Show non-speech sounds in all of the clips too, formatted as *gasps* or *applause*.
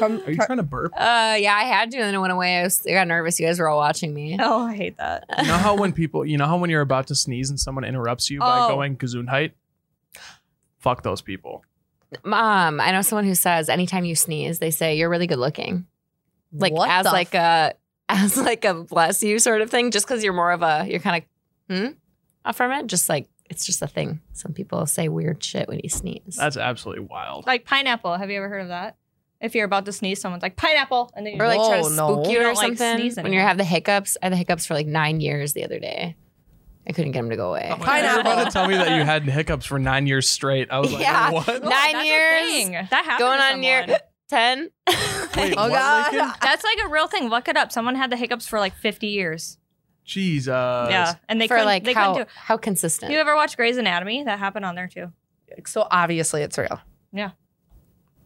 Come, Are you co- trying to burp? Uh, yeah, I had to, and then it went away. I, was, I got nervous. You guys were all watching me. oh, I hate that. You know how when people, you know how when you're about to sneeze and someone interrupts you by Oh. going Gesundheit? Fuck those people. Mom, Um, I know someone who says anytime you sneeze, they say you're really good looking. Like What as the like a *laughs* as like a bless you sort of thing. Just because you're more of a you're kind of hmm off from it. Just like it's just a thing. Some people say weird shit when you sneeze. That's absolutely wild. *laughs* like pineapple. Have you ever heard of that? If you're about to sneeze, someone's like pineapple, and then you or like try to Whoa, spook no. you or don't, like, something. sneeze when you anymore. have the hiccups, I had the hiccups for like nine years the other day. I couldn't get them to go away. When you were about Pineapple. to tell me that you had hiccups for nine years straight. I was like, Yeah. *laughs* Oh what? No, Nine that's a years. thing. That happened. Going to on year someone. ten. Wait, oh what, god. Lincoln? *laughs* That's like a real thing. Look it up. Someone had the hiccups for like 50 years. Jesus. yeah, and they for couldn't. like they how couldn't how do. consistent. It. You ever watch Grey's Anatomy? That happened on there too. So obviously it's real.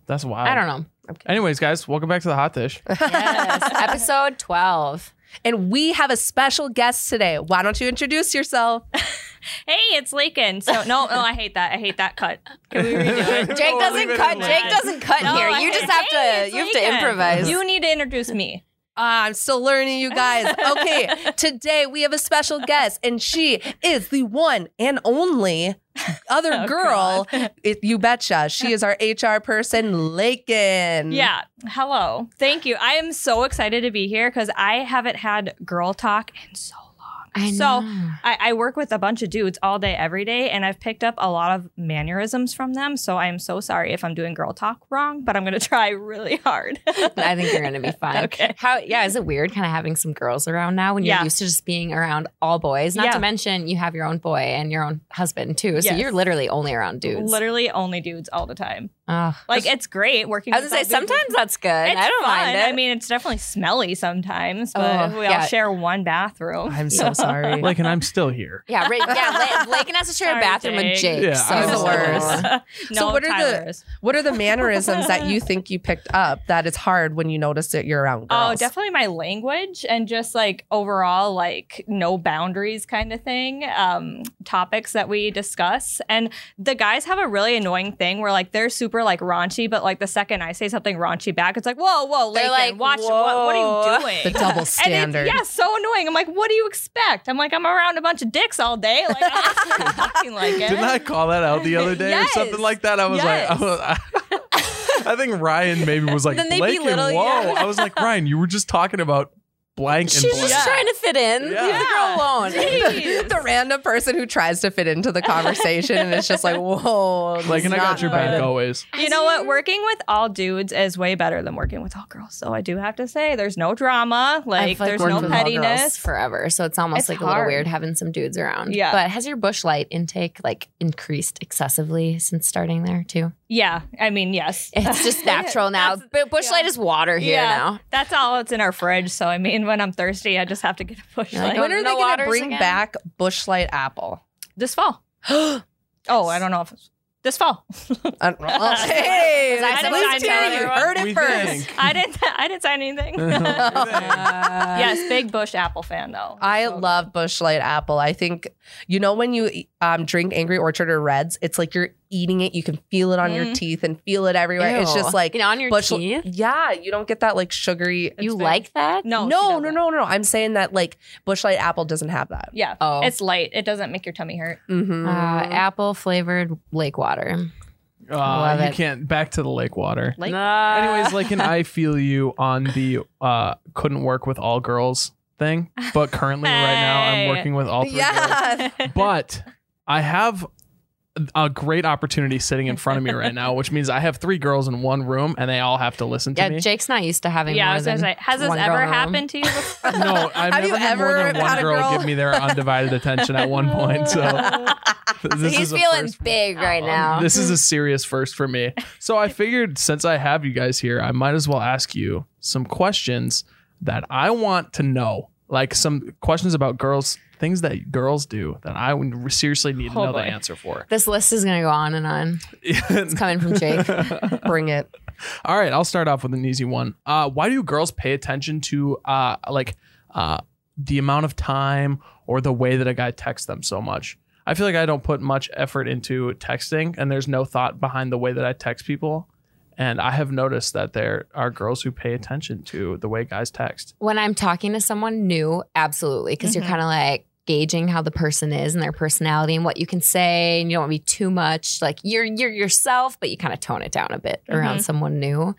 That's wild. I don't know. Anyways, guys, welcome back to the hot dish. *laughs* Yes. Episode twelve. And we have a special guest today. Why don't you introduce yourself? Hey, it's Lakin. So no, no, I hate that. I hate that cut. Can we redo *laughs* it? Jake No, leave doesn't it cut. in Jake there. doesn't cut *laughs* No, here. I You hate just it. have Hey, to. it's You have to Lakin. improvise. You need to introduce me. Ah, I'm still learning, you *laughs* guys. Okay, today we have a special guest, and she is the one and only *laughs* other Oh, girl. It- you betcha. She is our HR person, Lakin. Yeah. Hello. Thank you. I am so excited to be here because I haven't had girl talk in so long. I So know. I, I work with a bunch of dudes all day, every day, and I've picked up a lot of mannerisms from them. So I am so sorry if I'm doing girl talk wrong, but I'm going to *laughs* try really hard. I think you're gonna *laughs* be fine. Okay. How? Yeah. Is it weird, kind of having some girls around now when you're Yeah. used to just being around all boys? Not Yeah. to mention you have your own boy and your own husband too. So Yes. you're literally only around dudes. *laughs* Literally only dudes all the time. Ugh. Like it's great working. I was with gonna say, all dudes. sometimes that's good. It's I don't fun. mind it. I mean, it's definitely smelly sometimes, but Oh, we yeah. all share one bathroom. I'm so sorry. Like, and I'm still here. yeah, right, *laughs* yeah. La- Lakin has to share Sorry, a bathroom with Jake. Jake. Yeah, so. I'm *laughs* the worst. no, So what are Tyler the- is. what are the mannerisms *laughs* that you think you picked up that it's hard when you notice that you're around girls? Oh, definitely my language and just like overall, like no boundaries kind of thing. Um, topics that we discuss. And the guys have a really annoying thing where like they're super like raunchy, but like the second I say something raunchy back, it's like, whoa, whoa, They're Lakin, like, watch What, what whoa. are you doing? The *laughs* double And standard. it's, yeah, so annoying. I'm like, what do you expect? I'm like, I'm around a bunch of dicks all day. Like, I'm not fucking like it. Didn't I call that out the other day Yes. or something like that? I was like, Yes. I, was- *laughs* I think Ryan maybe was like, Then they Blake and whoa. belittle you. I was like, Ryan, you were just talking about blank and She's blank. just trying to fit in. Yeah. Leave the girl alone. Jeez. *laughs* the random person who tries to fit into the conversation and *laughs* it's just like, whoa. this Like, and I is got not your good. back always. You know what? Working with all dudes is way better than working with all girls. So I do have to say, there's no drama. Like, I've, like, there's worked no with all girls pettiness. forever. So it's almost It's like a hard. little weird having some dudes around. Yeah. But has your bush light intake like increased excessively since starting there too? Yeah, I mean, yes. It's *laughs* *laughs* just natural now. But bush light is water here Yeah. now. That's all that's in our fridge. So I mean, when I'm thirsty, I just have to get a push You're like, light. "Oh, When are No they going to waters bring again? back Bushlight Apple? *gasps* this fall. oh, I don't know if it's this fall. Uh, well, *laughs* hey, Was I at supposed least to here tell you everyone? heard We it first. think. I didn't. *laughs* I didn't *laughs* sign anything. We think. *laughs* yes, big bush apple fan though. I So- love Bushlight Apple. I think you know when you um, drink Angry Orchard or Reds, it's like you're eating it. You can feel it on your Mhm. teeth and feel it everywhere. It's just like you know, on your Bush- teeth. yeah, you don't get that like sugary. It's you very- like that? No, she no, no, doesn't. no, no. I'm saying that like Bushlight Apple doesn't have that. Yeah, Oh. it's light. It doesn't make your tummy hurt. Mm-hmm. uh, apple flavored lake water. Uh, *laughs* Love you it. can't. Back to the lake water. Like, *laughs* Anyways, *laughs* like, and I feel you on the uh, couldn't work with all girls thing, but currently right now I'm Hey. working with all three girls. But I have a great opportunity sitting in front of me right now, which means I have three girls in one room and they all have to listen to Yeah, me. Jake's not used to having yeah, more I was than gonna say, has this one girl ever in a room. happened to you? *laughs* before? no, I've Have you never had more ever than one had a girl, girl? give me their undivided attention at one point. So this He's is a feeling first- big right now. This is a serious first for me. So I figured since I have you guys here, I might as well ask you some questions that I want to know, like some questions about girls, things that girls do that I would seriously need to Oh, know the boy. answer *laughs* for. this list is gonna go on and on. It's *laughs* coming from Jake. Bring it. All right, I'll start off with an easy one. Uh, why do girls pay attention to uh, like uh, the amount of time or the way that a guy texts them so much? I feel like I don't put much effort into texting, and there's no thought behind the way that I text people. And I have noticed that there are girls who pay attention to the way guys text. When I'm talking to someone new, absolutely, because Mhm. you're kind of like gauging how the person is and their personality and what you can say, and you don't want to be too much like you're you're yourself, but you kind of tone it down a bit around Mhm. someone new.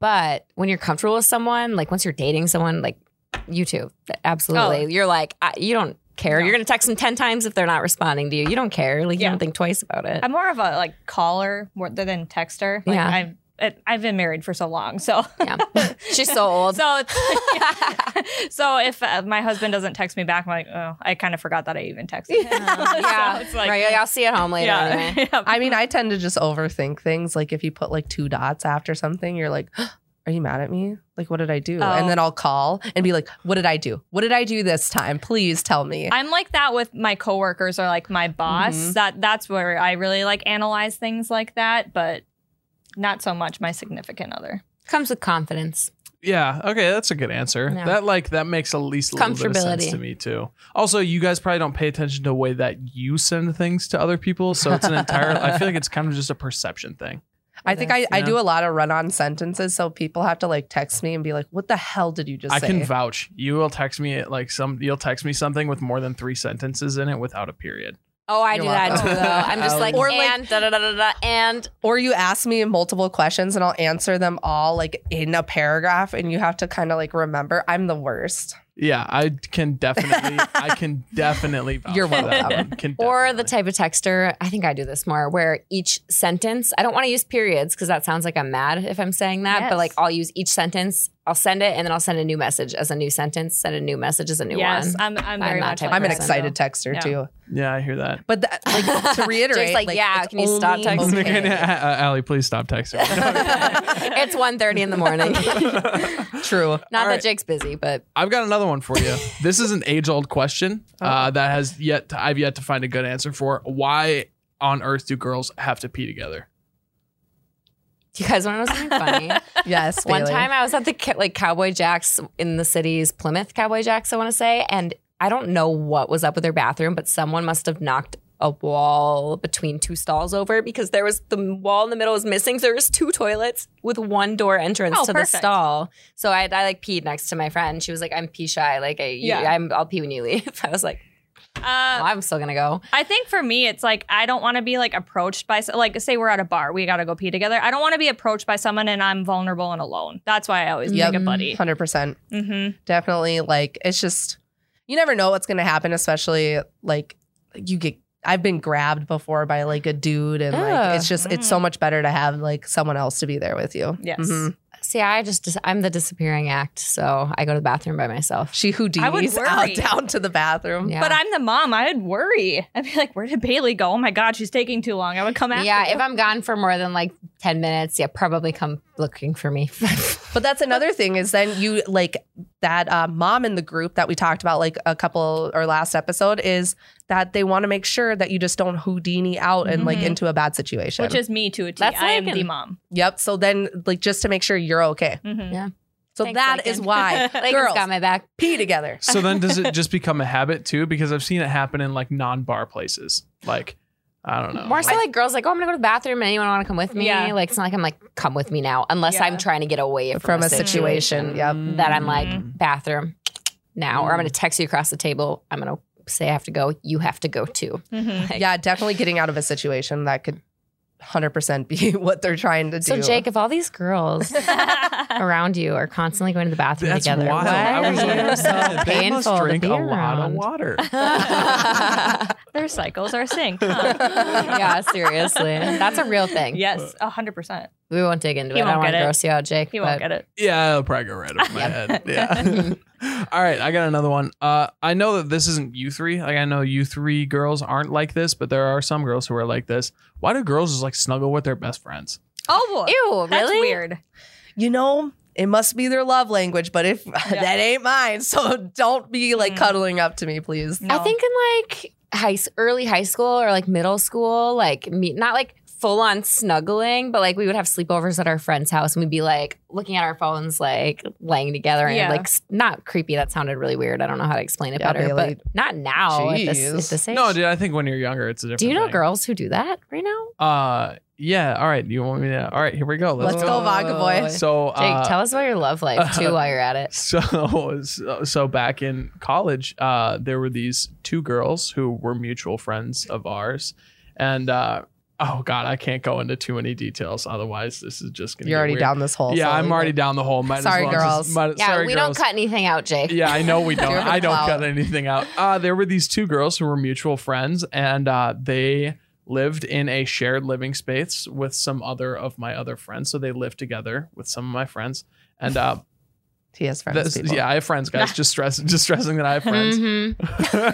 But when you're comfortable with someone, like once you're dating someone, like you too, absolutely, Oh. you're like I, you don't care. No. You're gonna text them ten times if they're not responding to you. You don't care. Like you Yeah. don't think twice about it. *laughs* *laughs* I'm more of a like caller more than texter. Like, Yeah. I've it, I've been married for so long, so yeah, she's so old. *laughs* so it's- *laughs* so if uh, my husband doesn't text me back, I'm like, oh, I kind of forgot that I even texted. him. yeah, *laughs* So it's like- right. Like, I'll see you at home later. yeah, Anyway. *laughs* yeah. I Uh-huh. mean, I tend to just overthink things. Like if you put like two dots after something, you're like, are you mad at me? Like, what did I do? Oh. And then I'll call and be like, what did I do? What did I do this time? Please tell me. I'm like that with my coworkers or like my boss. Mm-hmm. Mhm. That that's where I really like analyze things like that, but not so much my significant other. Comes with confidence. Yeah. Okay, that's a good answer. Yeah. That like that makes at least a little bit of sense Comfortability. to me too. Also, you guys probably don't pay attention to the way that you send things to other people, so it's an entire. I feel like it's kind of just a perception thing. I think I, this, I yeah. do a lot of run on sentences. So people have to like text me and be like, what the hell did you just I say? can vouch. You will text me at, like some. You'll text me something with more than three sentences in it without a period. Oh, I You're do that welcome. too, though. I'm just *laughs* Oh, like, yeah. Or, like- and da da da da da, and or you ask me multiple questions and I'll answer them all like in a paragraph and you have to kind of like remember I'm the worst. Yeah, I can definitely. I can definitely. Vouch You're for that welcome. one. Can or definitely. the type of texter. I think I do this more, where each sentence. I don't want to use periods because that sounds like I'm mad if I'm saying that. Yes. But like, I'll use each sentence. I'll send it, and then I'll send a new message as a new sentence. Send a new message as a new yes, one. *laughs* I'm I'm I'm very that much. type Like of I'm an that. person. excited texter Yeah. too. Yeah, I hear that. But that, *laughs* like to reiterate, Jake's like, yeah, it's can you stop only texting? Okay. Uh, *laughs* Allie, please stop texting. me. No, it's 1.30 in the morning. Not True. that right. Jake's busy, but *laughs* I've got another one for you. this is an age-old question uh, that has yet to, I've yet to find a good answer for. Why on earth do girls have to pee together? you guys want to know something funny? Yes. One Bailey. time I was at the ca- like Cowboy Jacks in the city's Plymouth Cowboy Jacks, I want to say, and I don't know what was up with their bathroom, but someone must have knocked a wall between two stalls over because there was the wall in the middle was missing. So there was two toilets with one door entrance Oh, to the perfect. stall. So I, I like peed next to my friend. She was like, "I'm pee shy. Like I, you- Yeah. I'm, I'll pee when you leave." *laughs* I was like, Uh, "Well, "I'm still gonna go." I think for me, it's like I don't want to be like approached by so- like say we're at a bar, we gotta go pee together. I don't want to be approached by someone and I'm vulnerable and alone. That's why I always Yep. pick a buddy. 100%. hmm Definitely like it's just you never know what's going to happen especially like you get I've been grabbed before by like a dude and Ugh. like it's just it's so much better to have like someone else to be there with you. Yes. Mhm. See, I just I'm the disappearing act, so I go to the bathroom by myself. She Houdini's worry. out down to the bathroom. Yeah. But I'm the mom. I'd worry. I'd be like, where did Bailey go? Oh my God, she's taking too long. I would come after. Yeah, you. if I'm gone for more than like 10 minutes, yeah, probably come looking for me. *laughs* But that's another thing is then you like that uh, mom in the group that we talked about like a couple or last episode is that they want to make sure that you just don't Houdini out and like Mhm. into a bad situation. which is me to a T. That's I am like the an- mom. yep. So then like just to make sure you're okay. Mhm. So Thanks, that is Lincoln. *laughs* why Lincoln's girls got my back. pee together. So then, does it just become a habit too? Because I've seen it happen in like non-bar places. Like, I don't know. More so like girls like, oh, I'm gonna go to the bathroom and anyone wanna come with me? Yeah. Like it's not like I'm like, come with me now, unless Yeah. I'm trying to get away from, From a situation. Yep. That I'm like, Mm. bathroom now, or I'm gonna text you across the table. I'm gonna say I have to go, you have to go too. Mhm. Like- yeah, definitely getting out of a situation that could 100% be *laughs* what they're trying to do. So Jake, if all these *laughs* girls Mm-hmm. around you are constantly going to the bathroom That's together, wild. I was *laughs* why are you like, so "Man, they must painful to drink be a lot of around?" *laughs* water. Their cycles are synced. huh? *laughs* yeah, seriously. That's a real thing. yes, hundred percent. We won't dig into He it. I won't don't want get to it. gross you out, Jake. He won't but get it. Yeah, it'll probably go right over my head. Yeah. *laughs* All right, I got another one. Uh, I know that this isn't you three. Like, I know you three girls aren't like this, but there are some girls who are like this. Why do girls just like snuggle with their best friends? Oh boy. Ew, That's really? weird. you know, it must be their love language, but if *laughs* that ain't mine, so don't be like Mm. cuddling up to me, please. No. I think in like high s- early high school or like middle school, like me, not like full on snuggling, but like we would have sleepovers at our friend's house and we'd be like looking at our phones, like laying together and Yeah. like s- not creepy. That sounded really weird. I don't know how to explain it Yeah, better, Bailey. but not now at this, Jeez. at this age. No, dude, I think when you're younger, it's a different. do you know thing. girls who do that right now? Uh, yeah, all right. You want me to? All right, here we go. Let's, Let's go, Vodka Boy. So, Jake, uh, tell us about your love life *laughs* too while you're at it. so so- so back in college uh there were these two girls who were mutual friends of ours and uh oh god i can't go into too many details otherwise this is just gonna get You're already weird. down this hole. yeah so i'm we- already down the hole might as Sorry, well just- girls. might- Yeah, sorry, we girls. don't cut anything out, Jake. Yeah, I know *laughs* we don't. You're the I don't clout. cut anything out. Uh, there were these two girls who were mutual friends, and uh, they lived in a shared living space with some other of my other friends. So they lived together with some of my friends. And uh, He has friends. that's- people. yeah, I have friends, guys. just stress, just stressing that I have friends. Mhm. *laughs*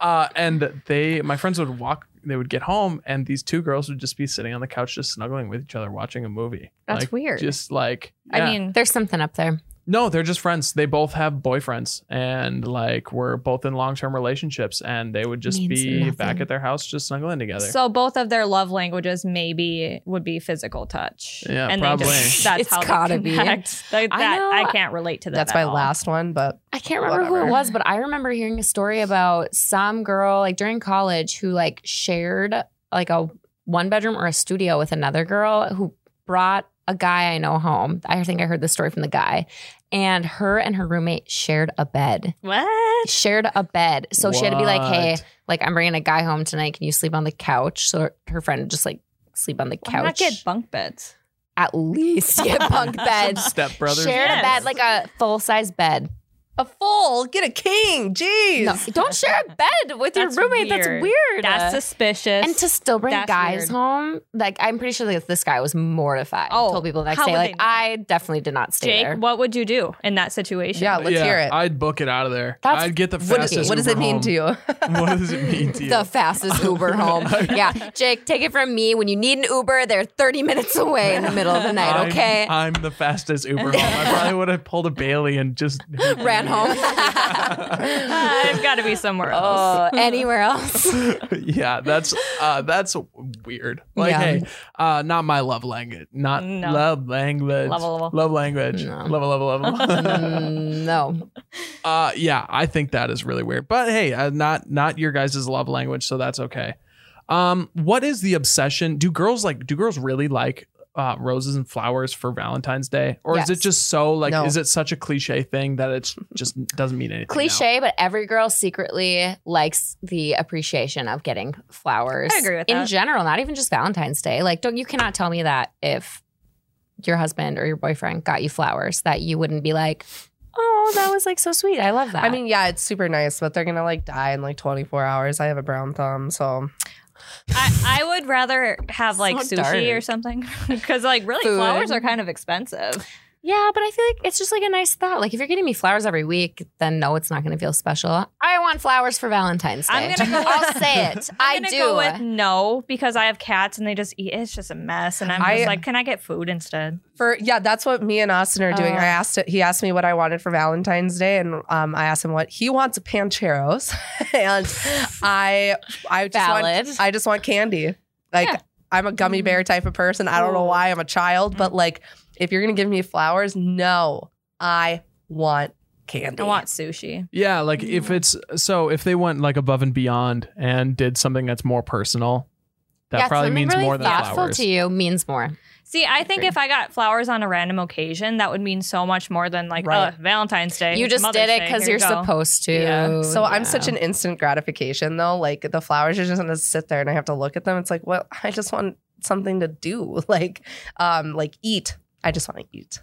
uh, and they, my friends would walk. They would get home, and these two girls would just be sitting on the couch, just snuggling with each other, watching a movie. That's Like, weird. Just like I yeah. mean, There's something up there. No, they're just friends. They both have boyfriends and like we're both in long term relationships and they would just Means be nothing. back at their house just snuggling together. so both of their love languages maybe would be physical touch. Yeah, and They probably. just, *laughs* that's It's how gotta they be. connect. *laughs* That, I that- I, know- can't relate to that. That's at my all. last one, but I can't remember who Whatever. it was, but I remember hearing a story about some girl like during college who like shared like a one bedroom or a studio with another girl who brought a guy I know home. I think I heard the story from the guy. And her and her roommate shared a bed. What? Shared a bed. So she had to be like, hey, What? like I'm bringing a guy home tonight. Can you sleep on the couch? So her- her friend would just like sleep on the Why not couch. get bunk beds? At least *laughs* get bunk beds. Step brothers. Shared a Yes. bed, like a full size bed. a full get a king. Jeez. No, don't share a bed with your That's roommate. weird. That's weird. That's suspicious. and to still bring That's guys weird. home, like I'm pretty sure that this guy was mortified. Oh, told people the next how day, would like they know? I definitely did not stay Jake, there. what would you do in that situation? Yeah, let's Yeah, hear it. I'd book it out of there. That's I'd get the What- fastest. what does it Uber mean home. to you? *laughs* what does it mean *laughs* to you? The *laughs* fastest Uber home. Yeah, Jake, take it from me. When you need an Uber, they're 30 minutes away in the middle of the *laughs* night. I'm- Okay, I'm, the fastest Uber home. I probably would have pulled a Bailey and just *laughs* ran *laughs* home. *laughs* *laughs* I've got to be somewhere else. oh, anywhere else? yeah, that's uh, that's weird. Like, Yeah. hey, uh, not my love language. Not No. love language. Level, level. Love language. No. Level, level, level. *laughs* *laughs* *laughs* Mm, no. uh, yeah, I think that is really weird. But hey, uh, not not your guys' love language, so that's okay. Um, what is the obsession? Do girls like? Do girls really like? Uh, roses and flowers for Valentine's Day, or is Yes. it just so like? No. Is it such a cliche thing that it's just doesn't mean anything? now? Cliche, but every girl secretly likes the appreciation of getting flowers. I agree with in that. general, not even just Valentine's Day. Like, don't you cannot tell me that if your husband or your boyfriend got you flowers, that you wouldn't be like, "Oh, that was like so sweet. I love that." *laughs* I mean, yeah, it's super nice, but they're gonna like die in like 24 hours. I have a brown thumb, so I, I would rather have like So sushi dark. or something *laughs* because like really Food. flowers are kind of expensive. yeah, but I feel like it's just like a nice thought. Like, if you're getting me flowers every week, then no, it's not going to feel special. I want flowers for Valentine's Day. I'm gonna go with- I'll say it. I *laughs* I'm gonna do. go with no because I have cats and they just eat. It's just a mess, and I'm I- just like, can I get food instead? for yeah, that's what me and Austin are doing. Oh. I asked he asked me what I wanted for Valentine's Day, and um, I asked him what he wants pancheros, *laughs* and I I just Valid. want I just want candy. Like Yeah. I'm a gummy bear type of person. I don't know why I'm a child, but like if you're gonna give me flowers, no, I want candy. I want sushi. Yeah, like if it's so if they went like above and beyond and did something that's more personal, that Yeah, probably something means really more than thoughtful flowers. to you means more. See, I think if I got flowers on a random occasion, that would mean so much more than like Right. oh, Valentine's Day. You just Mother's did it Day, because here you're you go. supposed to. Yeah. So I'm such Yeah. an instant gratification though. Like the flowers are just gonna sit there and I have to look at them. It's like, well, I just want something to do. *laughs* Like, um, like eat. I just want to eat.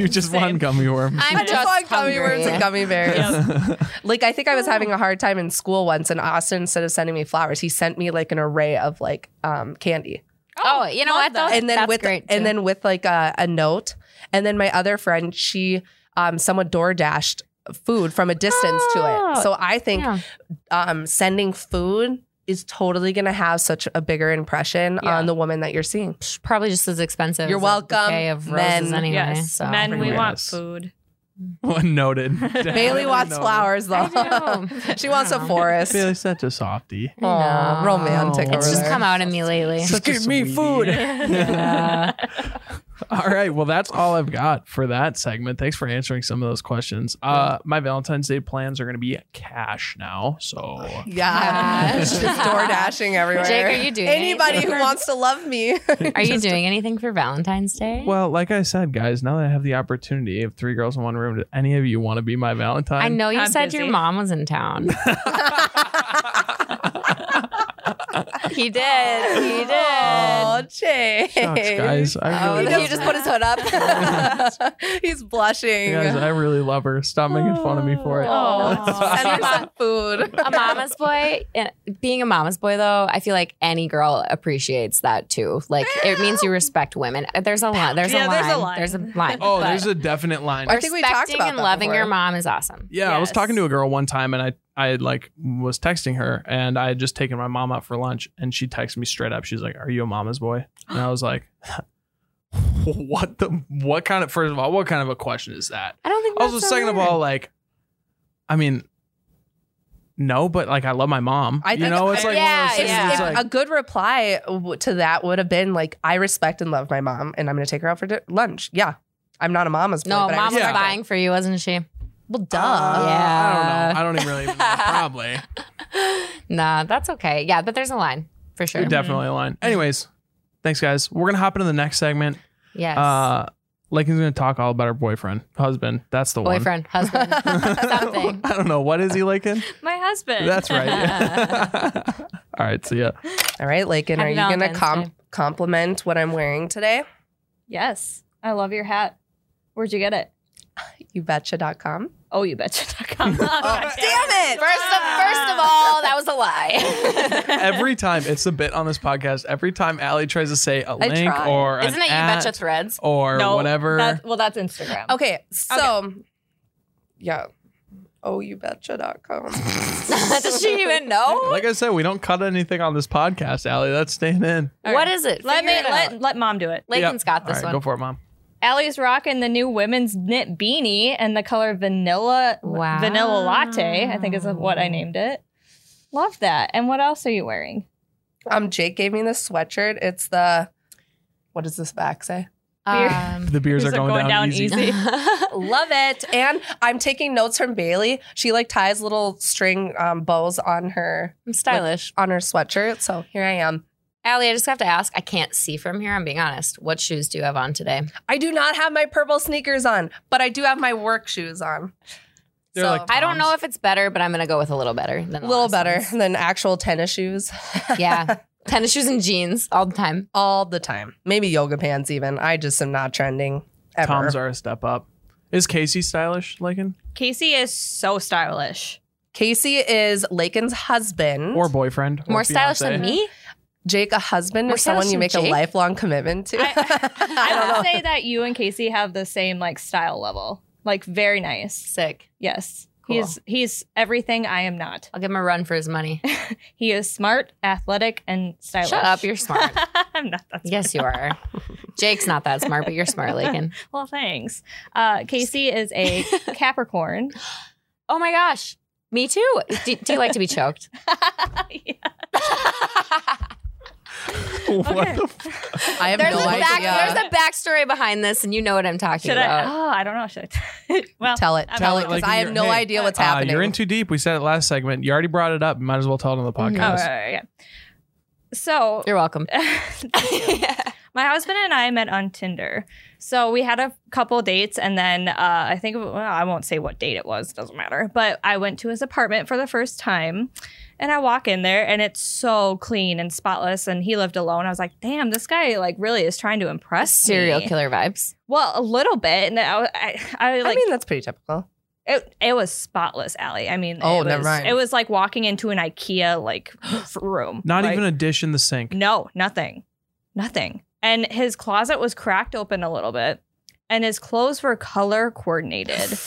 *laughs* you just Same. want gummy worms. I'm I just want just gummy worms and hungry. gummy bears. Like I think I was having a hard time in school once, and Austin instead of sending me flowers, he sent me like an array of like um candy, Oh, you know love what? that. Though? and then That's with great. too. and then with like a, a note, and then my other friend, she um, someone door dashed food from a distance to Oh, it. So I think Yeah. um, sending food is totally going to have such a bigger impression Yeah. on the woman that you're seeing. Psh, probably just as expensive. You're as a bouquet welcome, Of men. roses anyway. yes, so. men, we Yes. want food. *laughs* One noted. *laughs* Definitely Bailey wants noted. flowers I though. do. *laughs* she wants a Yeah. forest. Bailey's such a softie. Oh, I know. romantic. It's over It's just *laughs* there. come out of me lately. Such a give me sweetie. food. Yeah. *laughs* All right. Well, that's all I've got for that segment. Thanks for answering some of those questions. Uh, my Valentine's Day plans are going to be cash now. So Yeah. Gosh. *laughs* Just door dashing *laughs* everywhere. Jake, are you doing Anybody anything? who wants to love me. *laughs* *laughs* Are you doing anything for Valentine's Day? Well, like I said, guys, now that I have the opportunity of three girls in one room, do any of you want to be my Valentine? I know you I'm said busy. your mom was in town. *laughs* he did. He did. Oh, Jake. Shucks, guys. I Oh, really, no. love, he just put his hood up. He's *laughs* blushing. guys, I really love her. Stop making fun of me for Oh, it. Aw. Send her some food. a mama's boy. eh, Being a mama's boy, though, I feel like any girl appreciates that too. Like it means you respect women. There's a line. There's, a, Yeah, line. there's a line. There's a line. Oh, But there's a definite line. I think we talked respecting about and that loving your before. mom is awesome. Yeah, I was Yes. talking to a girl one time and I I had, like was texting her and I had just taken my mom out for lunch and she texted me straight up. She's like, "Are you a mama's boy?" And I was like, *laughs* "What the what kind of first of all, what kind of a question is that?" I don't think. That's Also, so second of weird. all, like I mean no, but like I love my mom. I you think- know, it's like one of Yeah, those things yeah. that's If like, a good reply w- to that would have been like, "I respect and love my mom, and I'm going to take her out for di- lunch." Yeah, I'm not a mama's boy, no, but I mom was respect Yeah. her. buying for you, wasn't she? Well, duh. uh, Yeah. I don't know. I don't even really even know. Probably. nah, that's okay. Yeah, but there's a line for sure. Definitely a line. Anyways, thanks guys. We're gonna hop into the next segment. Yes. Uh, Lincoln's gonna talk all about her boyfriend, husband. That's the *laughs* Boyfriend, husband, one. something. I don't know what is he Lincoln. My husband. That's *laughs* right. *laughs* all right, see ya. All right, Lakin, are Happy you going Valentine's Day. to comp- compliment what I'm wearing today? *laughs* Yes. I love your hat. Where'd you get it? Youbetcha.com. Oh, *laughs* you *laughs* betcha.com. oh, Damn First of, first Ah. of all, that was *laughs* a lie. Every time it's a bit on this podcast. Every time Allie tries to say a link try. or Isn't an it you at betcha threads? or whatever. That, well, that's Instagram. Okay, so yeah. Oh, youbetcha.com. Does she even know? like I said, we don't cut anything on this podcast, Allie. That's staying in. What is it? Let Figure me it out. let, let mom do it. Lakin's got this All right, one. Go for it, mom. Allie's rocking the new women's knit beanie and the color vanilla Wow. vanilla latte. I think is what I named it. Love that. And what else are you wearing? um, Jake gave me this sweatshirt. It's the what does this back say? Um, The beers are going, down, easy. *laughs* Love it. And I'm taking notes from Bailey. She like ties little string um, bows on her I'm stylish. on her sweatshirt. So here I am. Allie, I just have to ask. I can't see from here. I'm being honest. What shoes do you have on today? I do not have my purple sneakers on, but I do have my work shoes on. They're so like I don't Toms. know if it's better, but I'm gonna go with a little better than a the little last better ones. than actual tennis shoes. *laughs* Yeah, tennis shoes and jeans all the time. All the time. Maybe yoga pants even. I just am not trending ever. Toms are a step up. Is Casey stylish, Lincoln? Casey is so stylish. Casey is Lakin's husband. Or boyfriend? or More stylish than fiancé? me. Jake, a husband We're is someone you stylish make than a Jake? lifelong commitment to. I- I would say that you and Casey have the same like style level. Like very nice. Sick. Yes. Cool. He's he's everything I am not. I'll give him a run for his money. He is smart, athletic, and stylish. Shut up. You're smart. *laughs* I'm not that smart. yes, you are. *laughs* Jake's not that smart, but you're smart, Lakin. Well, thanks. Uh, Casey is a Capricorn. Oh my gosh. Me too. Do, do you like to be choked? *laughs* what the f- I have There's, no a idea. back, there's a backstory behind this, and you know what I'm talking Should I? about. Oh, I don't know. Should I? *laughs* well, *laughs* tell it. I'm tell out. it. Because Like, I have you're- no hey, idea what's Uh, happening. you're in too deep. We said it last segment. You already brought it up. Might as well tell it on the Oh, podcast. yeah, yeah, yeah. So, *laughs* You're welcome. *laughs* my husband and I met on Tinder. So we had a couple dates, and then uh, I think well, I won't say what date it was. Doesn't matter. But I went to his apartment for the first time, and I walk in there, and it's so clean and spotless. And he lived alone. I was like, damn, this guy like really is trying to impress Serial me. killer vibes. Well, a little bit, and I, I, I like I mean, that's pretty typical. it. It was spotless, Allie. I mean, Oh, it never was, mind. It was like walking into an IKEA like *gasps* f- room. Not Like, even a dish in the sink. no, nothing, nothing. And his closet was cracked open a little bit, and his clothes were color *sighs* coordinated.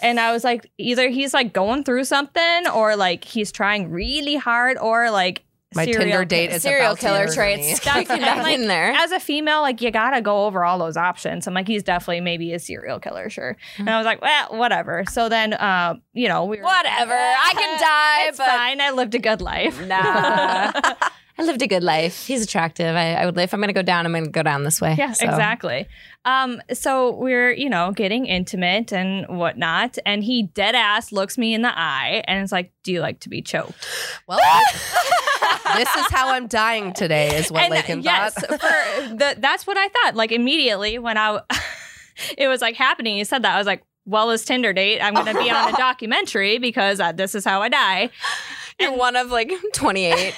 And I was like, either he's like going through something, or like he's trying really hard, or like My serial Tinder ki- date is Serial about to killer murder *laughs* traits. me. That's- Back I'm like- in there. as a female, like you gotta go over all those options. I'm like, he's definitely maybe a serial killer, sure. Mm-hmm. And I was like, well, whatever. So then, uh, you know, we were *laughs* *laughs* Whatever. I can die, It's but fine. I lived a good life. nah. *laughs* I lived a good life. He's attractive. I, I would, if I'm going to go down, I'm going to go down this way. *laughs* *laughs* Yeah, So, exactly. Um, so we're, you know, getting intimate and whatnot. And he dead ass looks me in the eye and is like, Do you like to be choked? *laughs* Well, this is how I'm dying today, is *laughs* what and uh, Lakin yes, thought. *laughs* for the, that's what I thought. Like immediately when I *laughs* it was like happening, you said that. I was like, Well, this Tinder date, I'm gonna be *laughs* on a documentary because uh, this is how I die. You're one of like 28.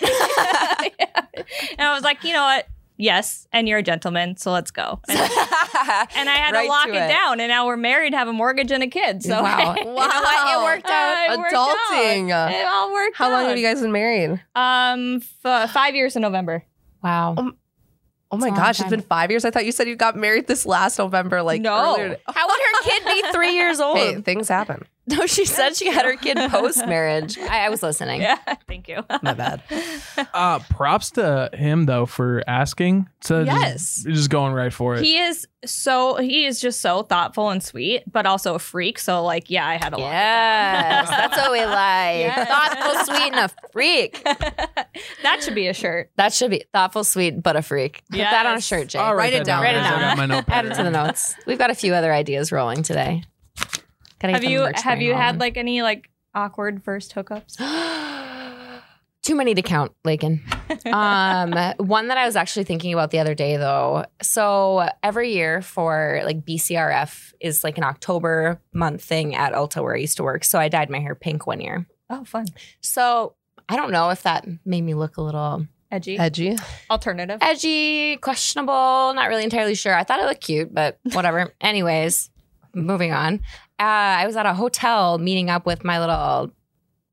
And I was like, you know what? Yes, and you're a gentleman, so let's go. *laughs* And, and I had Right to lock to it, it. down, and now we're married, have a mortgage, and a kid. So *laughs* *laughs* Wow. you know Wow. what? It worked out. It worked out. Adulting. It all worked How out. long have you guys been married? Um, f- five years in November. wow. Oh my It's a long gosh, time. it's been five years. I thought you said you got married this last November. Like No. earlier. How would her kid be three years old? Hey, things happen. *laughs* No, she said she had her kid post marriage. *laughs* I, I was listening. *laughs* Yeah. Thank you. My *laughs* bad. Uh, props to him though for asking to Yes. just, just going right for it. He is so he is just so thoughtful and sweet, but also a freak. So like, yeah, I had a lot. Yes, that's what *laughs* we like. Yes. Thoughtful, sweet, and a freak. *laughs* That should be *laughs* a shirt. That should be thoughtful, sweet, but a freak. Put that on a Yes. shirt, Jay. I'll Write that it down. Write it guys. I down. got my notepad Add it to the ready. notes. We've got a few other ideas rolling today. Gotta get Have the you merch have thing you had rolling. like any like awkward first hookups? *gasps* Too many to count, Lakin. Um, *laughs* one that I was actually thinking about the other day, though. So every year for like BCRF is like an October month thing at Ulta where I used to work. So I dyed my hair pink one year. Oh, fun, So I don't know if that made me look a little edgy, Uh, Edgy. alternative. edgy, questionable, not really entirely sure. I thought it looked cute, *laughs* but whatever. Anyways, moving on. Uh, I was at a hotel meeting up with my little,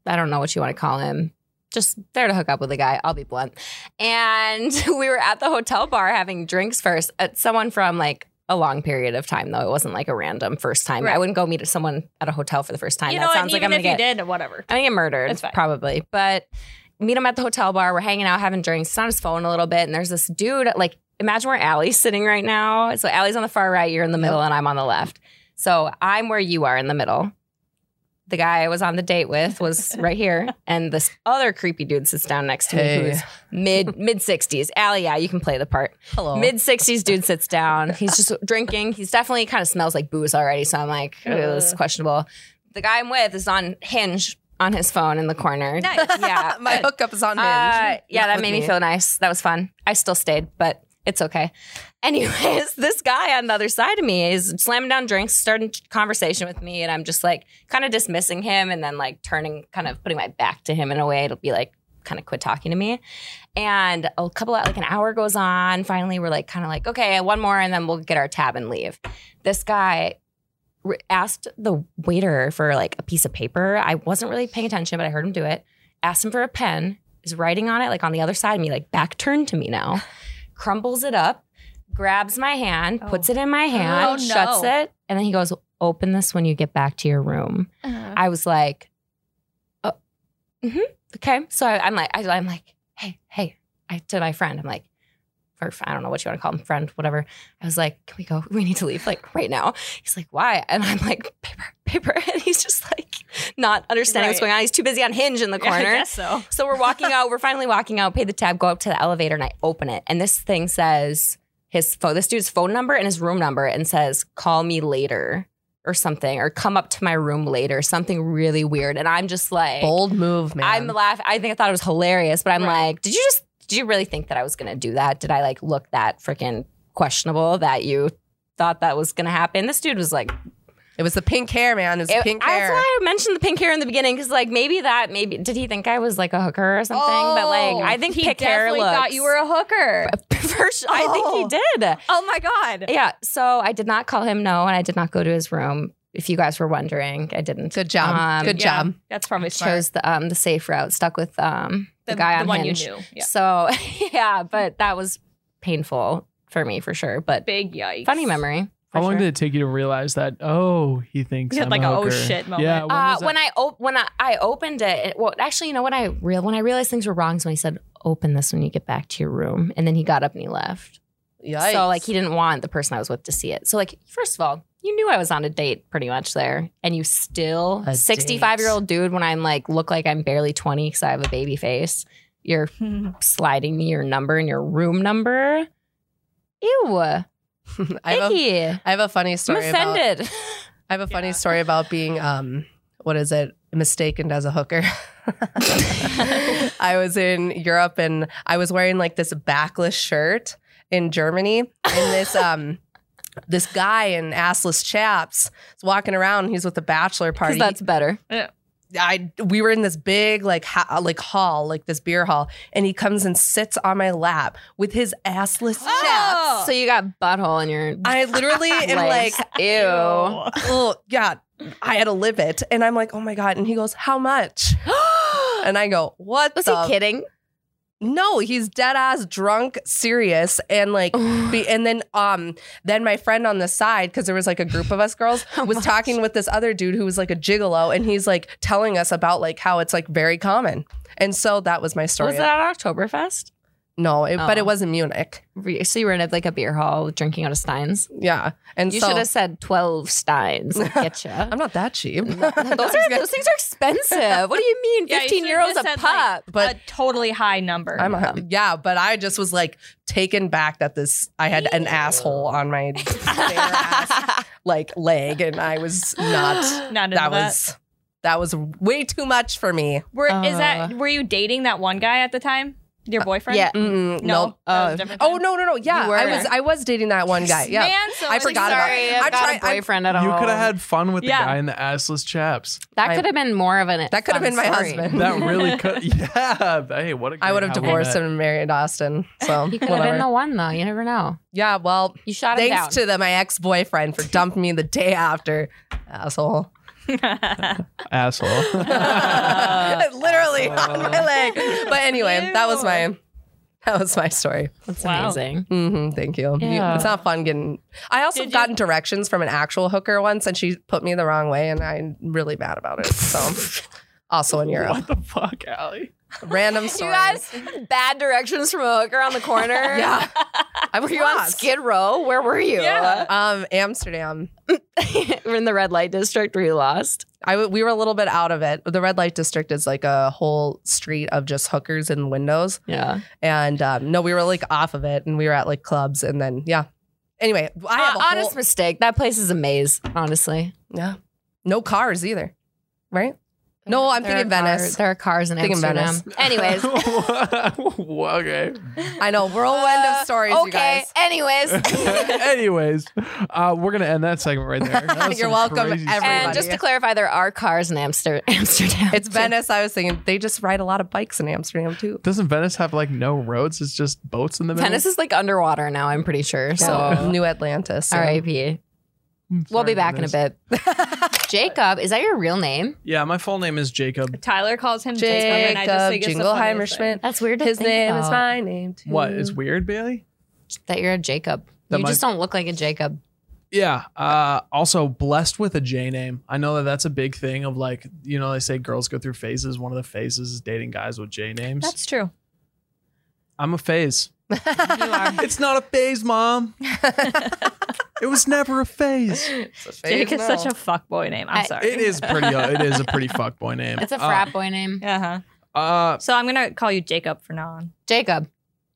I don't know what you want to call him. Just there to hook up with a guy. I'll be blunt. And *laughs* we were at the hotel bar having drinks first at someone from like a long period of time, though. It wasn't like a random first time. Right. I wouldn't go meet someone at a hotel for the first time. you that know, and sounds like I'm going even to if get you *laughs* did, whatever. I think I murdered. It's fine. Probably. But meet him at the hotel bar. We're hanging out, having drinks. It's on his phone a little bit. And there's this dude, like, imagine where Allie's sitting right now. So Allie's on the far right, you're in the middle, and I'm on the left. So I'm where you are in the middle. The guy I was on the date with *laughs* was right here. And this other creepy dude sits down next to me Hey. who's mid mid 60s. Allie, yeah, you can play the part. Hello. *laughs* Mid 60s dude sits down. He's just drinking. He's definitely kind of smells like booze already. So I'm like, "Ooh, this is questionable. The guy I'm with is on Hinge on his phone in the corner. Nice. Yeah. *laughs* my hookup is on Hinge. Uh, yeah, Not that with made me feel nice. That was fun. I still stayed, but it's okay. *laughs* Anyways, this guy on the other side of me is slamming down drinks, starting conversation with me, and I'm just like kind of dismissing him and then like turning, kind of putting my back to him in a way. It'll be like kind of quit talking to me. And a couple of like an hour goes on. Finally, we're like kind of like, okay, one more, and then we'll get our tab and leave. This guy re- asked the waiter for like a piece of paper. I wasn't really paying attention, but I heard him do it. Asked him for a pen, is writing on it, like on the other side of me, like back turned to me *sighs* now, crumbles it up, grabs my hand, Oh. puts it in my hand, Oh, no. shuts it, and then he goes, open this when you get back to your room. I was like, oh, hmm okay. So I, I'm like, I, I'm like, hey, hey, I to my friend, I'm like, or I don't know what you want to call him, friend, whatever. I was like, can we go? We need to leave, like right now. He's like, why? And I'm like, paper, paper. *laughs* And he's just like, not understanding what's Right. going on. He's too busy on Hinge in the Yeah, *laughs* I corner. guess so. So we're walking out. We're finally walking out. Pay the tab. Go up to the elevator, and I open it, and this thing says his phone. This dude's phone number and his room number, and says, "Call me later." Or something, or come up to my room later, something really weird. And I'm just like, Bold move, man. I'm laughing. I think I thought it was hilarious, but I'm Right. like, did you just, did you really think that I was going to do that? Did I like look that freaking questionable that you thought that was going to happen? This dude was like, it was the pink hair, man. It was the it- pink that's hair. why I mentioned the pink hair in the beginning because like maybe that, maybe, did he think I was like a hooker or something? but like, I think Oh, he pink hair definitely looks. thought you were a hooker. *laughs* For sure. I think he did. Oh my god. Yeah. So I did not call him no, and I did not go to his room. If you guys were wondering, I didn't. Good job. Um, Good Yeah, job. That's probably smart. chose the um the safe route, stuck with um the, guy on one Hinge. you knew. Yeah. So *laughs* yeah, but that was painful for me for sure. But Big yikes. funny *laughs* memory. for How long sure. did it take you to realize that? Oh, he thinks You had I'm like a a, oh hooker. shit moment. Yeah, uh, was when that? I op- when I, I opened it, it- well, actually, you know, when I real when I realized things were wrong, is when he said, "Open this when you get back to your room," and then he got up and he left. Yikes. So like, he didn't want the person I was with to see it. So like, first of all, you knew I was on a date pretty much there, and you still A sixty five year old dude when I'm like look like I'm barely twenty because I have a baby face. you're sliding me your number and your room number. Ew. I have, a, Icky. I'm I have a funny story about offended. *laughs* I have a funny Yeah. story about being um what is it mistaken as a hooker. *laughs* I was in Europe and I was wearing like this backless shirt in Germany and this um this guy in assless chaps is walking around. He's with the bachelor Because party. that's better. I we were in this big like ha- like hall, like this beer hall, and he comes and sits on my lap with his assless *gasps* chaps. Oh. So you got butthole in your I *laughs* literally am like, legs. ew. oh god i had to live it and i'm like oh my god and he goes how much *gasps* and i go what Was the he kidding? no he's dead ass drunk serious and like Oh. be, and then um then my friend on the side because there was like a group of *laughs* us girls Oh was talking with this other dude who was like a gigolo and he's like telling us about like how it's like very common and so that was my story Was it at Oktoberfest? no it, but Oh. it was in munich Re- So you were in a, like a beer hall drinking out of steins. yeah and You so should have said twelve steins. Getcha. i'm not that *laughs* cheap those are those things are *laughs* expensive. What do you mean? Yeah, you Fifteen should've euros just a said, like, pop. But- a totally high number. *laughs* I'm a, yeah, but I just was like taken back that this I had an asshole on my bare ass, like leg, and I was not. Not into that. That was that was way too much for me. Were, is Uh. that were you dating that one guy at the time? Your boyfriend? yeah. No. Mm, no. that was a Oh. different Oh time. no no no yeah You were. I was I was dating that one guy yeah Man, so I it's- forgot about Sorry, it. I've I'm got trying- a boyfriend at You home. could have had fun with Yeah. the guy in the assless chaps. that I- could have been more of an. That could have fun been my *laughs* story. husband. That really could. *laughs* Yeah. Hey, what a I great would have how we divorced met. him and *laughs* married Austin so He could have been whatever. the one though. You never know. yeah well You shot him down. thanks to the, my ex boyfriend for dumping me the day after asshole Asshole. *laughs* literally *laughs* on my leg but anyway that was Ew. my that was my story. That's Wow. amazing. hmm thank you. You- Yeah. It's not fun getting. I also Did you- gotten directions from an actual hooker once, and she put me the wrong way, and I'm really mad about it. So, also in what Europe, the fuck, Allie? random stories. bad directions from a hooker on the corner. *laughs* yeah, I was Were you on lost. Skid Row? Where were you? Yeah. Um, Amsterdam. We're *laughs* in the red light district. Were you lost? I w- we were a little bit out of it. The red light district is like a whole street of just hookers and windows. Yeah. And um, no, we were like off of it, and we were at like clubs, and then yeah. Anyway, I have a Uh, honest whole- mistake. That place is a maze. Honestly. yeah, no cars either, right? No, I'm There thinking are cars- Venice. there are cars in Thinking Amsterdam. *laughs* Venice. *laughs* *laughs* Anyways. okay. I know whirlwind Uh, of stories, Okay. you guys. *laughs* Anyways. *laughs* *laughs* Anyways, uh, we're gonna end that segment right there. That was You're some welcome, crazy everyone. stuff. and just to clarify, there are cars in Amster- *laughs* Amsterdam. It's Venice. I was thinking they just ride a lot of bikes in Amsterdam too. Doesn't Venice have like no roads? It's just boats in the middle. *laughs* Venice is like underwater now. I'm pretty sure. *laughs* So. New Atlantis. so- R.I.P. I'm We'll sorry, be back in a Venice. bit. *laughs* Jacob, is that your real name? Yeah, my full name is Jacob. Tyler calls him Jacob, and I just Jacob think it's the funniest thing. Jingleheimer That's weird. To His think name is about, my name too. What? It's weird, Bailey. That you're a Jacob. That you might- just don't look like a Jacob. Yeah. Uh, also blessed with a J name. I know that that's a big thing of like you know they say girls go through phases. One of the phases is dating guys with J names. That's true. I'm a phase. You are. It's not a phase, mom. it was never a phase. Jake is such a fuckboy name. I'm I- sorry. It is pretty. uh, it is a pretty fuckboy name. It's a frat boy name. Uh huh. Uh, uh, So I'm gonna call you Jacob from now on. Jacob.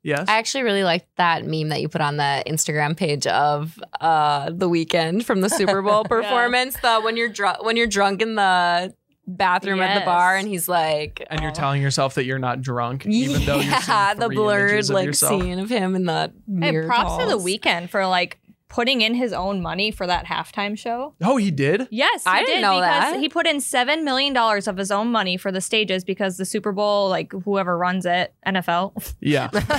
yes. I actually really liked that meme that you put on the Instagram page of uh, the weekend from the Super *laughs* Bowl performance. The when you're drunk when you're drunk in the bathroom at the Yes. bar, and he's like, and you're "Oh." telling yourself that you're not drunk, even though you're *laughs* yeah, seeing the three blurred images of like yourself. scene of him in the Hey, mirror. props to the balls. *laughs* weekend for like putting in his own money for that halftime show. Oh, he did. *laughs* Yes, he I didn't did know because that. he put in seven million dollars of his own money for the stages because the Super Bowl, like whoever runs it, NFL, *laughs* Yeah. yeah, Yeah.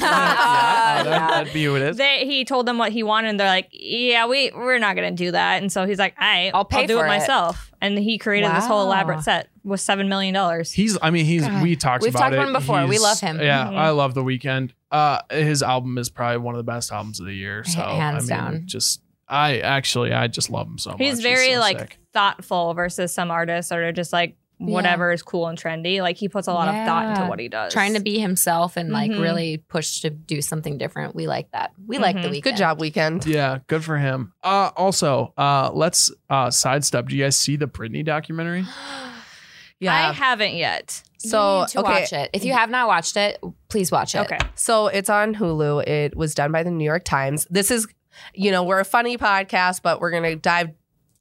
that, would be who it is. they he told them what he wanted, and they're like, "Yeah, we we're not gonna do that." And so he's like, "All right, I'll pay do for it it." myself." And he created this whole Wow. elaborate set with seven million dollars. He's. I mean, he's. God. We talked. We've about talked it. about him before. We He's- love him. Mm-hmm. Yeah, Mhm. I love the weekend. Uh, his album is probably one of the best albums of the year. H- So hands I mean, down. Just. I actually, I just love him so much. He's very so like sick. thoughtful versus some artists that are just like Yeah. whatever is cool and trendy. Like he puts a lot of thought into Yeah. what he does. Trying *gasps* to *gasps* be himself and like Mhm. really push to do something different. We like that. We like the Mhm. weekend. good job weekend. Yeah, good for him. Uh, also, uh, let's uh, sidestep. Do you guys see the Britney documentary? I haven't yet. So So, okay. watch it. If you have not watched it, please watch it. Okay. So it's on Hulu. It was done by the New York Times. This is, you know, we're a funny podcast, but we're gonna dive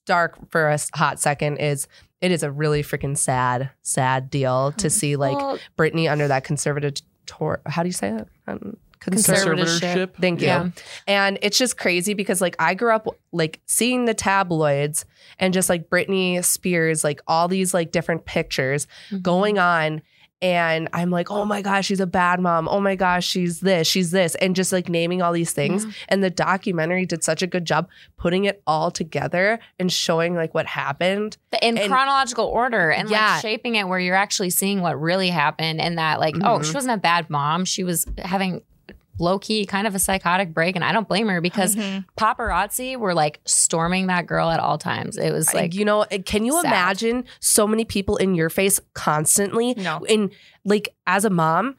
dark for a s- hot second. Is it is a really freaking sad, sad deal Mm. to see like Well, Brittany under that conservative tor- how do you say that? Um, conservative. Conservatorship. Thank you. Yeah. And it's just crazy because like I grew up like seeing the tabloids and just like Britney Spears, like all these like different pictures Mm-hmm. going on. And I'm like, oh my gosh, she's a bad mom. Oh my gosh, she's this, she's this. And just like naming all these things. And the documentary did such a good job putting it all together and showing like what happened. in And- chronological order and Yeah. like shaping it where you're actually seeing what really happened and that like oh Mhm. she wasn't a bad mom she was having low key kind of a psychotic break and I don't blame her because *laughs* Mhm. paparazzi were like storming that girl at all times it was like you know, can you sad. imagine so many people in your face constantly? No. And like as a mom,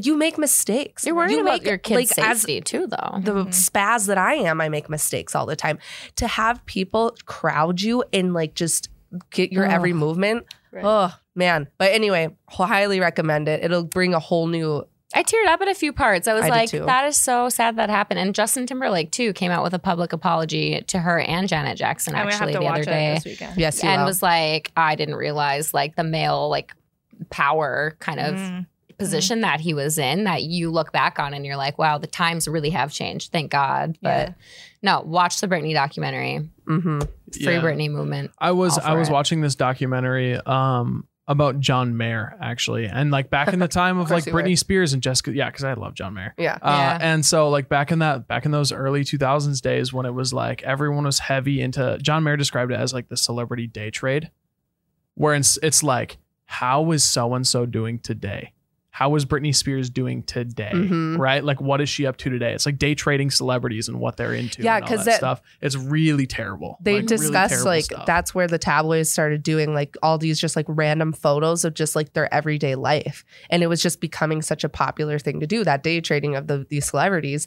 you make mistakes. you're worried you about make, your kids like, as safety Mm-hmm. too though the Mhm. spaz that I am, I make mistakes all the time. To have people crowd you and like just get your Ugh. every movement. Right. Oh man. But anyway, highly recommend it. It'll bring a whole new I teared up at a few parts. I was I did like, too. that is so sad that happened. And Justin Timberlake, too, came out with a public apology to her and Janet Jackson I'm gonna have actually to the watch other it day. this weekend. yes, you and will. was like, I didn't realize like the male, like, power kind of Mm. position that he was in that you look back on and you're like, wow, the times really have changed. Thank God. But Yeah. no, watch the Britney documentary, Mhm. Free Yeah. Britney Movement. I was all I for was it. watching this documentary um about John Mayer actually, and like back *laughs* in the time of course like you were. Britney Spears and Jessica, yeah, because I love John Mayer. Yeah. Uh, Yeah. and so like back in that back in those early 2000s days when it was like everyone was heavy into John Mayer described it as like the celebrity day trade where it's, it's like how is so and so doing today how is Britney Spears doing today Mhm. right like what is she up to today it's like day trading celebrities and what they're into Yeah, and all 'cause that, that- stuff it's really terrible They Like, really discussed terrible like stuff. that's where the tabloids started doing like all these just like random photos of just like their everyday life. And it was just becoming such a popular thing to do, that day trading of the these celebrities.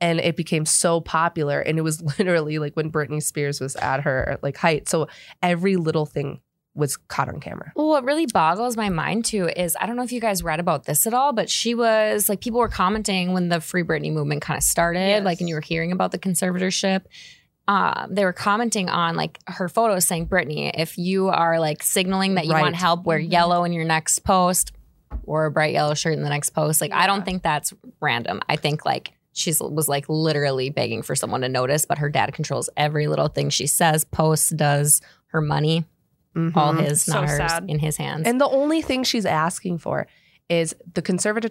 And it became so popular. And it was *laughs* literally like when Britney Spears was at her like height. So every little thing was caught on camera. Well, what really boggles my mind too is I don't know if you guys read about this at all, but she was like people were commenting when the Free Britney movement kind of started, Yes. like and you were hearing about the conservatorship. Um, they were commenting on like her photos saying, Brittany, if you are like signaling that you Right. want help, wear Mhm. yellow in your next post or a bright yellow shirt in the next post. Like, I don't Yeah. think that's random. I think like she's was like literally begging for someone to notice, but her dad controls every little thing she says, posts, does, her money, Mhm. all his, So not hers, sad. in his hands. And the only thing she's asking for is the conservator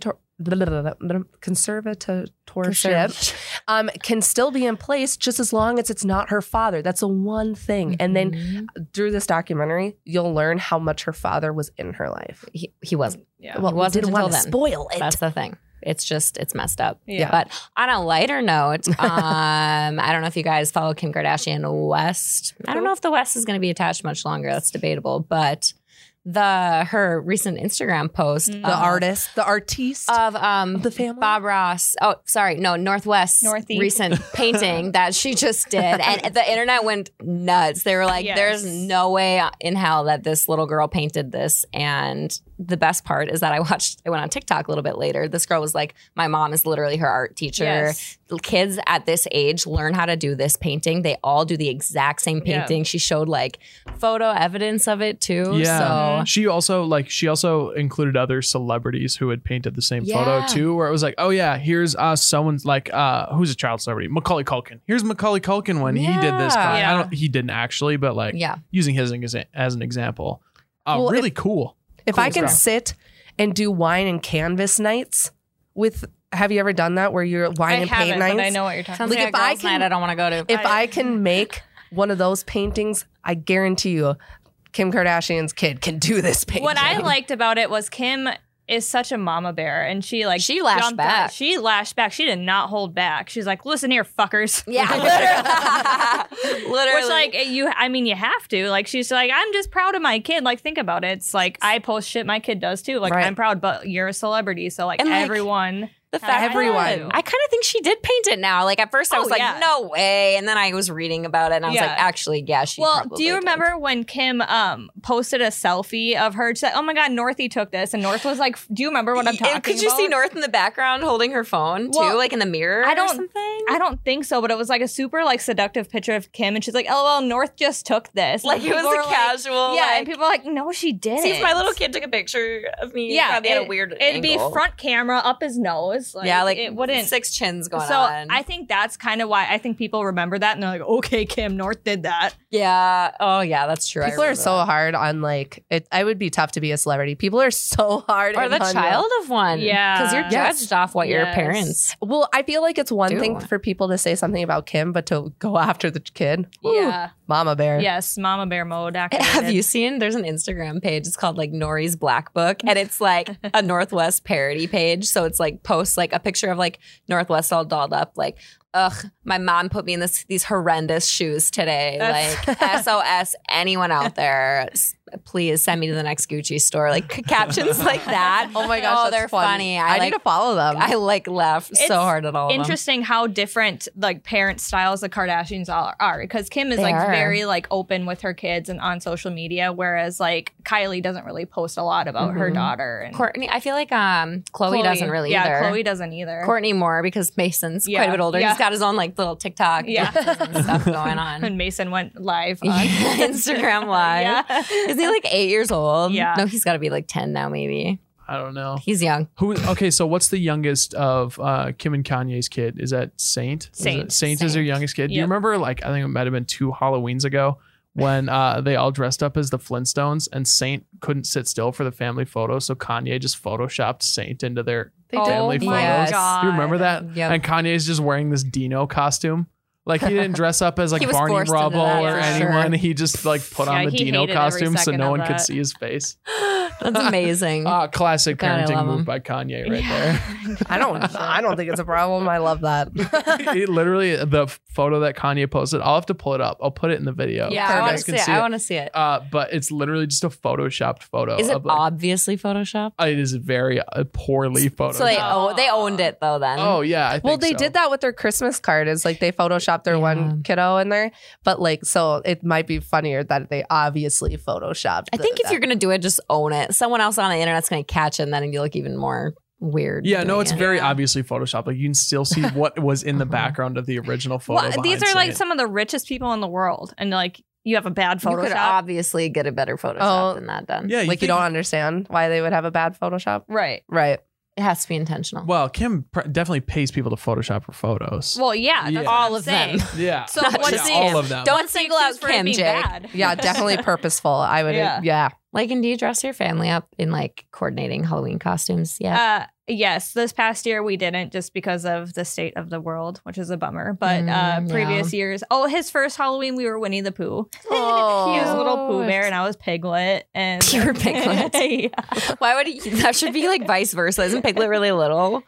conservatorship um, can still be in place just as long as it's not her father. That's the one thing. And then Mhm. Mm-hmm. through this documentary, you'll learn how much her father was in her life. he, he wasn't. Yeah. Well, we wasn't didn't until want to then. spoil it. That's the thing. It's just it's messed up. Yeah. But on a lighter note, um, I don't know if you guys follow Kim Kardashian West. I don't know if the West is going to be attached much longer. That's debatable. But the her recent Instagram post Mm. the of- artist, the artiste Uh, of um of the family. Bob Ross. Oh, sorry, no Northwest Northeast. recent painting that she just did, and the internet went nuts. They were like, Yes. "There's no way in hell that this little girl painted this." And the best part is that I watched. I went on TikTok a little bit later. This girl was like, "My mom is literally her art teacher. Yes. Kids at this age learn how to do this painting. They all do the exact same Yeah. painting." She showed like photo evidence of it too. Yeah. So. She also like she also included other celebrities who had painted the same Yeah. photo too, where it was like, oh yeah, here's uh someone's like uh who's a child celebrity, Macaulay Culkin. Here's Macaulay Culkin when he did this. Yeah. Kind. Yeah. I don't. He didn't actually, but like Yeah. using his as an- as an example, uh, Well, really cool. if I can stuff. sit and do wine and canvas nights with, have you ever done that where you're I wine and paint haven't, nights? but I know what you're talking Sounds about. like, Like, if a I girls' can- night I don't want to go to. If I- I can make one of those paintings, I guarantee you, Kim Kardashian's kid can do this painting. What I liked about it was Kim is such a mama bear, and she like She lashed jumped back. At, she lashed back. She did not hold back. She's like, "Listen here, *laughs* fuckers." *laughs* Yeah, literally. literally. Which like you, I mean, you have to. Like she's like, I'm just proud of my kid. Like think about it. It's like I post shit my kid does too. Like Right. I'm proud, but you're a celebrity, so like And, like, everyone The fact How did I Everyone. know? I kind of think she did paint it now. Like at first I Oh, was like, yeah. no way. And then I was reading about it and I was Yeah. like, actually, yeah, she well, probably do you did. remember when Kim um posted a selfie of her? She's like, oh my God, Northy took this, and North was like, "Do you remember *laughs* what I'm Y- talking about?" Could you see North in the background holding her phone too, Well, like in the mirror? I or don't- something. I don't think so, but it was like a super like seductive picture of Kim, and she's like, "LOL, North just took *laughs* this." like And it was people a were like- casual. yeah, like, and people are like, "No, she didn't." since my little kid took a picture of me, yeah, probably at a it- weird. It'd angle. be front camera up his nose. Like, yeah, like it wouldn't. six chins so going on. I think that's kind of why I think people remember that, and they're like, "Okay, Kim North did that." yeah. Oh yeah, that's true. I People are remember so that. hard on like it. I would be tough to be a celebrity. People are so hard. Or and the on you. child of one, Yeah. because you're Yes. judged off what your Yes. parents. Well, I feel like it's one Do. thing for people to say something about Kim, but to go *laughs* after the kid, Woo. Yeah. mama bear. Yes, Mama Bear *laughs* mode. Have Activated. you seen? There's an Instagram page. It's called like Nori's Black Book, and it's like a Northwest parody page. So it's like posts like a picture of like Northwest all dolled up, like. Ugh, my mom put me in this these horrendous shoes today. That's- like SOS, anyone out there, s- please send me to the next Gucci store. Like c- captions like that. Oh my gosh, oh, that's they're fun. funny. I, I, like need to follow them. I like laughed It's so hard at all. of them. Interesting how different like parent styles the Kardashians all are because Kim is They like are. very like open with her kids and on social media, whereas like Kylie doesn't really post a lot about her Mhm. daughter. And Courtney, I feel like um Chloe, doesn't really yeah, either. Chloe doesn't either. Courtney more because Mason's Yeah, quite a bit older. yeah. He's got his own like little TikTok Yeah. and *laughs* stuff going on. and Mason *laughs* went live on Yeah, Instagram Live. *laughs* Yeah. Is he like eight years old? Yeah. No, he's got to be like ten now. Maybe I don't know. he's young. Who? Okay, so what's the youngest of uh, Kim and Kanye's kid? Is that Saint? Is it- Saint. Saint, is their Saint. youngest kid. Do you Yep. remember? Like, I think it might have been two Halloweens ago when uh, they all dressed up as the Flintstones, and Saint couldn't sit still for the family photo, so Kanye just photoshopped Saint into their. They did. oh Family my photos. god! Do you remember that? Yep. And Kanye's just wearing this Dino costume. Like he didn't dress up *laughs* as like He was Barney forced into Rubble that, or for sure. anyone. He just like put Yeah, on the he Dino hated every costume so second no of one could that. Mm-hmm. see his face. *laughs* That's amazing. Ah, classic God, I parenting love move him. by Kanye right Yeah. there. I *laughs* don't. I don't think it's a problem. I love that. *laughs* it literally the photo that Kanye posted. I'll have to pull it up. I'll put it in the video. yeah, so I you want to guys see can it. see I it. want to see it. Uh, but it's literally just a photoshopped photo. Is it of, like, obviously Photoshop? It is very uh, poorly photoshopped. So they oh, they owned it though. Then oh yeah, I think Well, they so. did that with their Christmas card. Is like they photoshopped their one kiddo in there, but like so it might be funnier that they obviously photoshopped. I think the- if you're gonna do it, just own it. Someone else on the internet's gonna catch it, and then you look even more weird. Yeah, no, doing it's it. very obviously photoshopped. Like you can still see what was in the background of the original photo. *laughs* Well, these behind are like Saint. some of the richest people in the world, and like you have a bad You could Photoshop, obviously get a better Photoshop Oh. than that done. Yeah, like you think- don't understand why they would have a bad Photoshop, right? right? It has to be intentional. Well, Kim pr- definitely pays people to Photoshop her photos. Well, yeah, that's Yeah. what All I'm of them. saying. yeah, So Not what's yeah, just the- all of them. Don't single out Excuse for it Kim, being Jake. bad. *laughs* Yeah, *laughs* definitely purposeful. I would. Yeah. Yeah. Like, and do you dress your family up in like coordinating Halloween costumes? Yeah. Uh, yes, this past year we didn't just because of the state of the world, which is a bummer. But Mm, uh, previous years, oh, his first Halloween we were Winnie *laughs* the Pooh. Oh. he was little Pooh Cute. Bear, and I was Piglet. And You were Piglet. *laughs* yeah. Uh, Why would he, that should be like vice versa? Isn't Piglet really *laughs* little?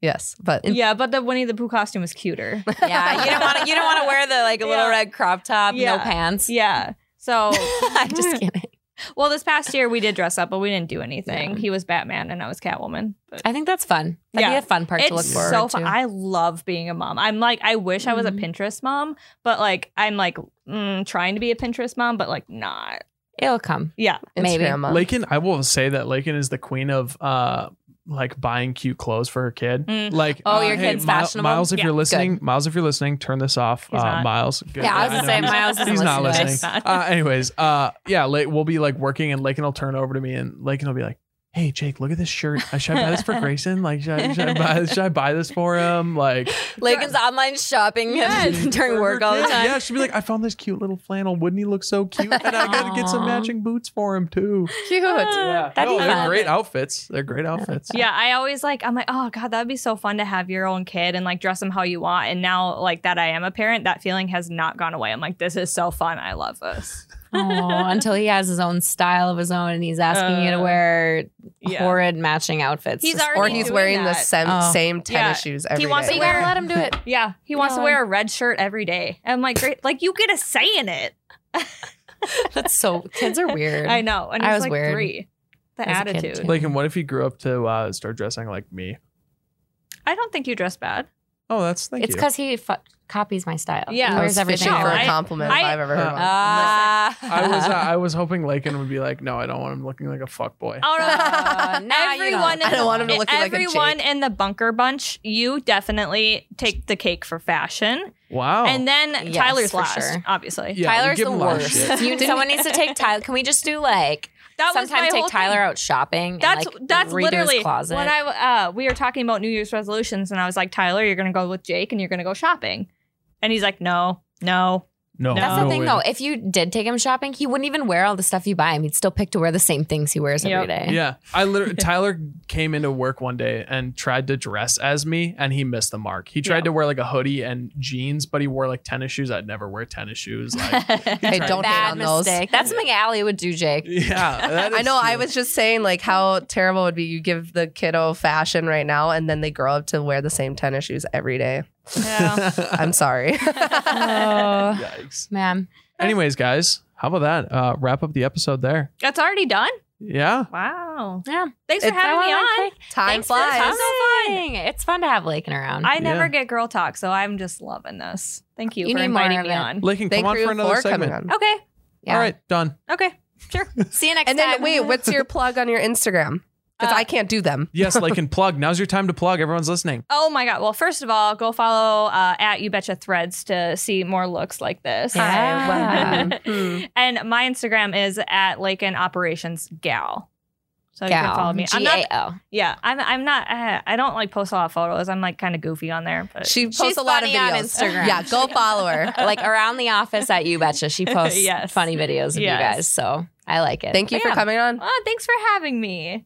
Yes, but yeah, but the Winnie the Pooh costume was cuter. Yeah, *laughs* you don't want to. You don't want to wear the like a little Yeah. red crop top, Yeah. no pants. yeah. So, *laughs* I'm *laughs* just kidding. *laughs* well, this past year we did dress up, but we didn't do anything. Yeah. He was Batman, and I was Catwoman. But I think that's fun. That'd Yeah. be a fun part to look it's forward so to. fun. I love being a mom. I'm like, I wish I was a Mhm. Pinterest mom, but like, I'm like mm, trying to be a Pinterest mom, but like not. It'll come. Yeah. Maybe. Instagram. up. Lakin, I will say that Lakin is the queen of uh like buying cute clothes for her kid. Mm. Like, Oh, uh, your kid's Mi- fashionable? Miles, if Yeah, you're listening, Miles, if you're listening, turn this off. He's uh, not. Miles, good. Yeah, I was know gonna say he's- *laughs* Miles doesn't He's listen not to listening. this. *laughs* Uh, anyways, uh, yeah, like we'll be like working, and Lakin will turn over to me, and Lakin will be like, "Hey, Jake, look at this shirt. Uh, Should I buy this *laughs* for Grayson? Like, should I, should I buy? Should I buy this for him? *laughs* Like, Lakin's online shopping *laughs* Yes. during for work her all the kid. time. Yeah, she'd be like, "I found this cute little flannel. Wouldn't he look so cute? And I gotta get some Aw. matching boots for him too." cute. Yeah, That'd be no, they're fun. great outfits. They're great outfits. Yeah, I always like I'm like, oh god, that'd be so fun to have your own kid and like dress them how you want. And now like that I am a parent, that feeling has not gone away. I'm like, this is so fun. I *laughs* love this. *laughs* Aw, until he has his own style of his own and he's asking you to Uh, wear yeah. horrid matching outfits. He's Just- already *laughs* Or he's doing wearing the that. same, Oh. same Yeah. tennis shoes every day. wants But to you wear- gotta let him do it. Yeah, he wants No. to wear a red shirt every day. I'm like, great, like you get a say in it. *laughs* That's so kids are weird. I know, and I he's was like weird three. The as a kid, attitude. too. Like, and what if he grew up to uh, start dressing like me? I don't think you dress *laughs* bad. Oh, that's thank It's you. because he fu- copies my style. Yeah. He I wears was everything. fishing I for wear. a compliment if I- I've ever heard one. Ah. Uh, *laughs* I was uh, I was hoping Lakin would be like, no, I don't want him looking like a fuck boy. Oh no, Uh, nah, you don't. everyone, in I don't the- want him to look like a everyone in the bunker bunch. You definitely take the cake for fashion, wow. and then Yes, Tyler's for last, sure. obviously. Yeah, we Tyler's give the him a lot of *laughs* worst. shit. You, someone needs to take Tyler. Can we just do like That was my sometimes take whole thing. Tyler out shopping? That's and, like, that's redo literally his closet. when I uh, we were talking about New Year's resolutions, and I was like, Tyler, you're gonna go with Jake, and you're gonna go shopping, and he's like, No, *laughs* no, no, that's no the thing way. though. If you did take him shopping, he wouldn't even wear all the stuff you buy him. He'd still pick to wear the same things he wears every Yep. day. Yeah, I *laughs* literally Tyler came into work one day and tried to dress as me, and he missed the mark. He tried to wear like a hoodie and jeans, but he wore like tennis shoes. I'd never wear tennis shoes. *laughs* Like, *laughs* Hey, don't hate Bad on those. mistake. That's something Allie would do, *laughs* Jake. yeah, that is I know. I true. was just saying, like, how terrible it would be you give the kiddo fashion right now, and then they grow up to wear the same tennis shoes every day. no. *laughs* I'm sorry. *laughs* Oh, *laughs* Yikes. *laughs* man. Anyways, guys, how about that? Uh, wrap up the episode there. that's already done. Yeah. Wow, Yeah. thanks for It's- having me on. Time Thanks for this. flies. It's so fun. It's fun to have Lakin around. I never Yeah. get girl talk, so I'm just loving this. Thank you, You for need more inviting of me it. on. Lakin, Thank come on you for another coming segment. on. Okay, Yeah. All right, done. okay, sure. See you next And time. then, wait, what's your plug on your Instagram? Because Uh, I can't do them. *laughs* Yes, Lakin, plug. Now's your time to plug. Everyone's listening. Oh my god! Well, first of all, go follow uh, at You Betcha Threads to see more looks like *laughs* this. Yeah. and my Instagram is at Lakin Operations Gal. So you can follow me. I'm not. G-A-L. Yeah, I'm. I'm not. Uh, I don't like post a lot of photos. I'm like kind of goofy on there. But She posts She's a lot of funny on videos. Instagram. *laughs* Yeah, go follow her. like around the office at You Betcha. *laughs* She posts Yes. funny videos of you Yes. guys. So I like it. Thank you for Yeah. coming on. oh, thanks for having me.